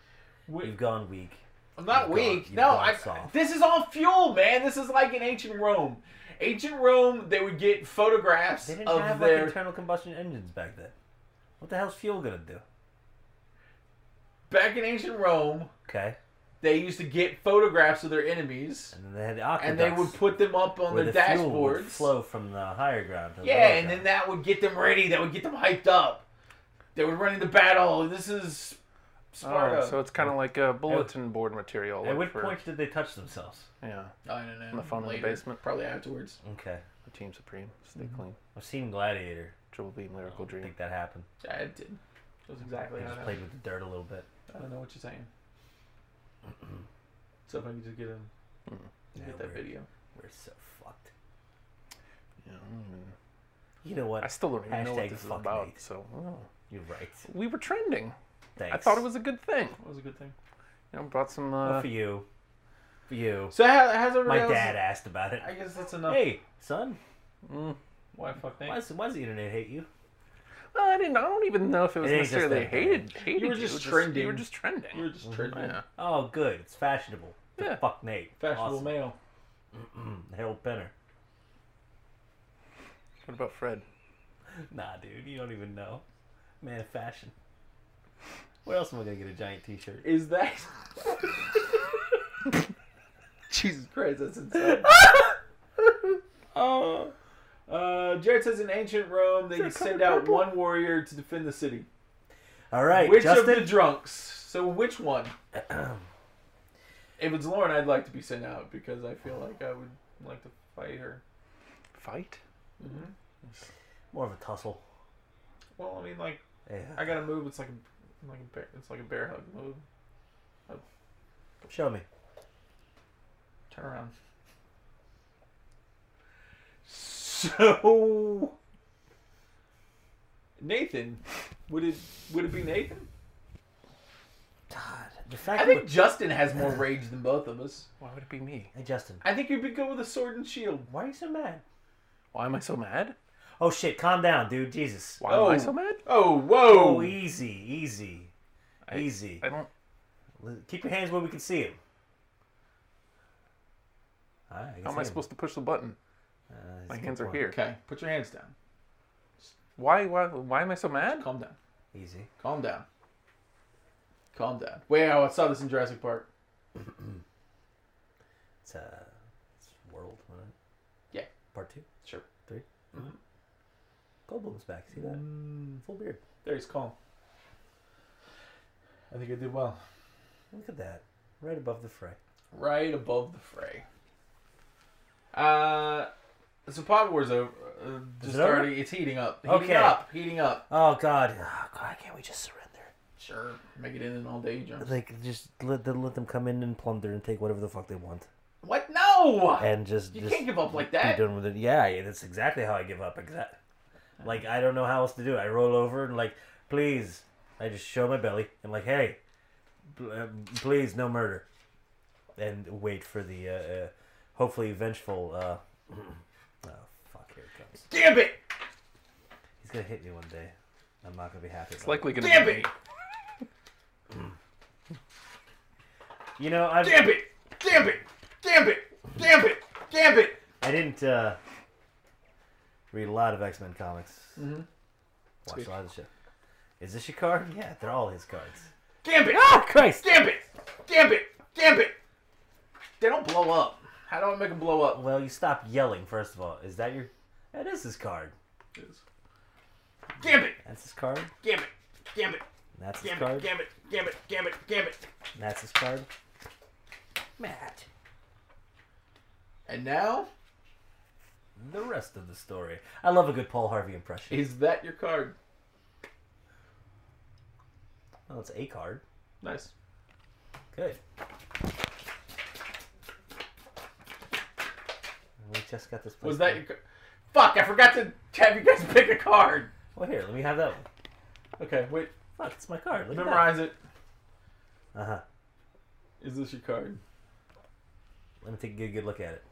Wait.
You've gone weak.
I'm not
You've gone-
weak. no,
you've gone
I,
soft.
this is all fuel, man. This is like in ancient Rome. Ancient Rome, they would get photographs
They didn't
of
have like
their.
internal combustion engines back then. What the hell's fuel gonna do?
back in ancient Rome,
Okay,
they used to get photographs of their enemies,
and then they had the aqueducts.
and they would put them up on
where
their
the fuel would
dashboards.
flow from the higher ground. To the
Yeah,
lower
and then
ground.
that would get them ready. That would get them hyped up. They would run into battle. This is Sparta.
Oh, so it's kind of like a bulletin board material.
At
like
which
for-
point did they touch themselves?
Yeah,
I don't know.
the phone in the
later.
basement.
Probably afterwards.
Okay,
the Team Supreme, Stay Clean,
I've seen Gladiator.
Triple Beam,
Oh,
Lyrical
I
Dream.
think that happened.
Yeah, it did. It was
They
exactly how
just
it
played
happened.
with the dirt a little bit.
I don't know what you're saying. so if I could just get, a,
Yeah,
get
we're,
that video.
we're so fucked.
Yeah, I don't even-
You know what?
I still don't even know
Hashtag
what this is
fuck
about.
Nate.
So oh.
You're right.
we were trending.
Thanks.
I thought it was a good thing.
That was a good thing.
You know, brought some.
Well,
Uh,
for you. For you.
So how, how's everybody
My
else?
dad asked about it.
I guess that's enough.
Hey, son,
Why fuck
why
Nate?
does, why does the internet hate you?
well, I didn't. I don't even know if it was
It ain't just
necessarily
that bad.
hated. Hated.
You were just trending.
you were just trending.
You were just trending.
yeah.
Oh, good. It's fashionable. The
Yeah.
Fuck Nate.
Fashionable
awesome.
male.
Harold Penner.
What about Fred?
Nah, dude, you don't even know. Man of fashion. Where else am I gonna get a giant T-shirt?
Is that? Jesus Christ, that's insane. uh, uh, Jared says in ancient Rome they send out one warrior to defend the city.
All right,
which
Justin.
of the drunks? So which one? if it's Lauren, I'd like to be sent out because I feel like I would like to fight her.
Fight.
More of a tussle.
Well, I mean, like
Yeah.
I got to move. It's like a, like a bear, it's like a bear hug move.
Show me.
Turn around. So Nathan, would it would it be Nathan?
God, the fact
I
that
think Justin has more rage than both of us.
Why would it be me?
Hey, Justin,
I think you'd be good with a sword and shield.
why are you so mad?
Why am I so mad?
Oh shit, calm down, dude. Jesus.
Why am
Oh.
I so mad?
Oh,
Oh,
whoa!
easy, easy, easy.
I don't.
Li- Keep your hands where we can see him. All right,
How am I supposed to push the button?
Uh,
My hands are here.
Okay, put your hands down.
Why? Why? Why am I so mad?
Calm down.
Easy.
Calm down. Calm down. Wait, oh, I saw this in Jurassic Park.
It's uh, it's world. wasn't it?
Yeah.
Part two,
Sure.
3
Mm-hmm.
Goldblum's back. See that? Full beard.
There he's calm. I think I did well.
Look at that. Right above the fray.
right above the fray. Uh, so Pod War's over. Uh, just
it over?
starting. It's heating up. Heating
Okay.
up. Heating up.
Oh God. Oh, God, can't we just surrender?
Sure. Make it in an all day jump.
Like, just let them, let them come in and plunder and take whatever the fuck they want,
What? No.
and just
you
just
can't give up like
be
that.
done with it. Yeah, yeah, that's exactly how I give up. Exact. Like I don't know how else to do it. I roll over and like, please. I just show my belly and like, hey, pl- um, please, no murder, and wait for the uh, uh, hopefully vengeful. Uh, oh fuck! Here it comes.
Damn it!
He's gonna hit me one day. I'm not gonna be happy.
It's
about it.
likely gonna
Damn
be
it!
me.
you know, I've,
Damn it! Damn it! Damn it! Damn it! Damn it!
I didn't uh, read a lot of X Men comics. Mm-hmm. Watch a lot of shit. Is this your card? Yeah, they're all his cards.
Damn it!
Christ!
Damn it! Damn it! Damn it! They don't blow up. How do I make them blow up?
Well, you stop yelling first of all. Is that your? That is his card.
Damn it!
That's his card.
Damn it! Damn it!
That's his
Damn it!
card.
Damn it! Damn it! Damn it! Damn it!
That's his card. Matt.
And now
The rest of the story. I love a good Paul Harvey impression.
is that your card?
Well, it's a card.
Nice.
Good. We just got this. Place
Was that your? Fuck, I forgot to have you guys pick a card.
Well, here, let me have that one.
Okay, wait.
Fuck, it's my card. Look
Memorize it.
it. Uh huh.
Is this your card?
Let me take a good, good look at it.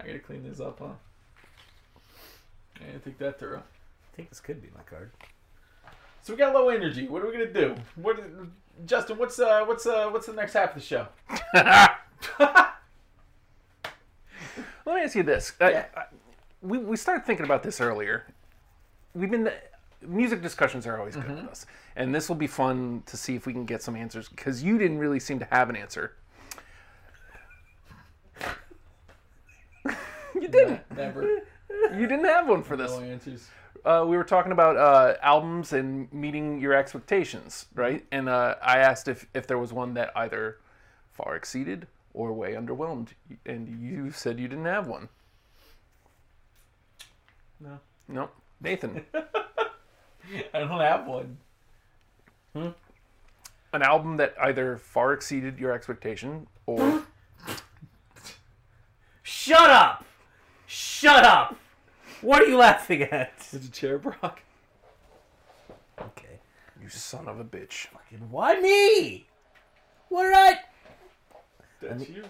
I gotta clean this up, huh? I didn't think that through.
I think this could be my card.
So we got low energy. What are we gonna do? What, Justin? What's uh, what's uh, what's the next half of the show?
Let me ask you this. I- I- we, we started thinking about this earlier. We've been music discussions are always good
Mm-hmm.
with us, and this will be fun to see if we can get some answers because you didn't really seem to have an answer. you didn't.
Never.
You didn't have one for this.
No answers.
Uh, we were talking about uh, albums and meeting your expectations, right?
Mm-hmm.
And uh, I asked if if there was one that either far exceeded or way underwhelmed, and you said you didn't have one.
No.
No, Nathan.
I don't have one.
an album that either far exceeded your expectation or
Shut up! Shut up! What are you laughing at?
Is it chair, Brock?
Okay.
you son of a bitch.
Fucking why me? What did I
That's you.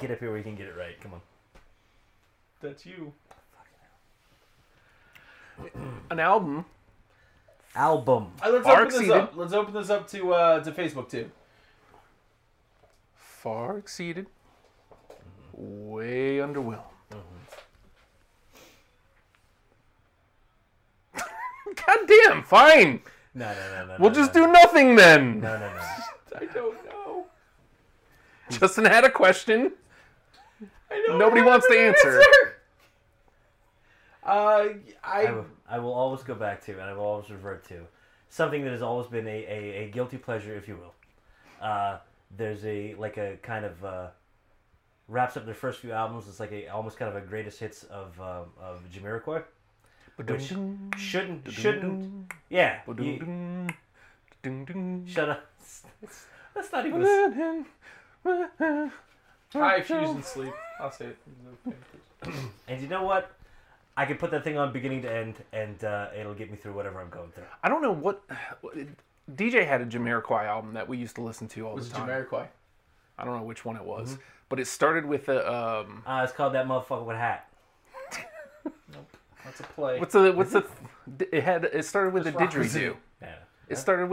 get up here where you can get it right? Come on.
That's you.
An album.
Album.
Uh, let's
Far
open this
exceeded.
up. Let's open this up to uh, to Facebook too.
Far exceeded. Way underwhelmed. Mm-hmm. God damn, fine.
No, no, no, no.
We'll
no,
just
no.
do nothing then.
No, no, no.
I don't know.
Justin had a question.
I don't
Nobody
have
wants
an
to answer.
Uh, I.
I will, I will always go back to, and I will always revert to, something that has always been a, a, a guilty pleasure, if you will. Uh, there's a like a kind of uh, wraps up their first few albums. It's like a almost kind of a greatest hits of um, of Jamiroquai, which shouldn't shouldn't yeah. You, shut up. That's not even. a-
Hi, fusion sleep. I'll say it.
And you know what? I can put that thing on beginning to end, and uh, it'll get me through whatever I'm going through.
I don't know what. DJ had a Jamiroquai album that we used to listen to all
Was
the
it
time.
Jamiroquai? Mm-hmm.
I don't know which one it was, but it started with a um,
Uh, it's called that motherfucker with a hat.
That's a play.
What's the what's the? It had it started with a
rock with
didgeridoo.
Yeah.
It started with.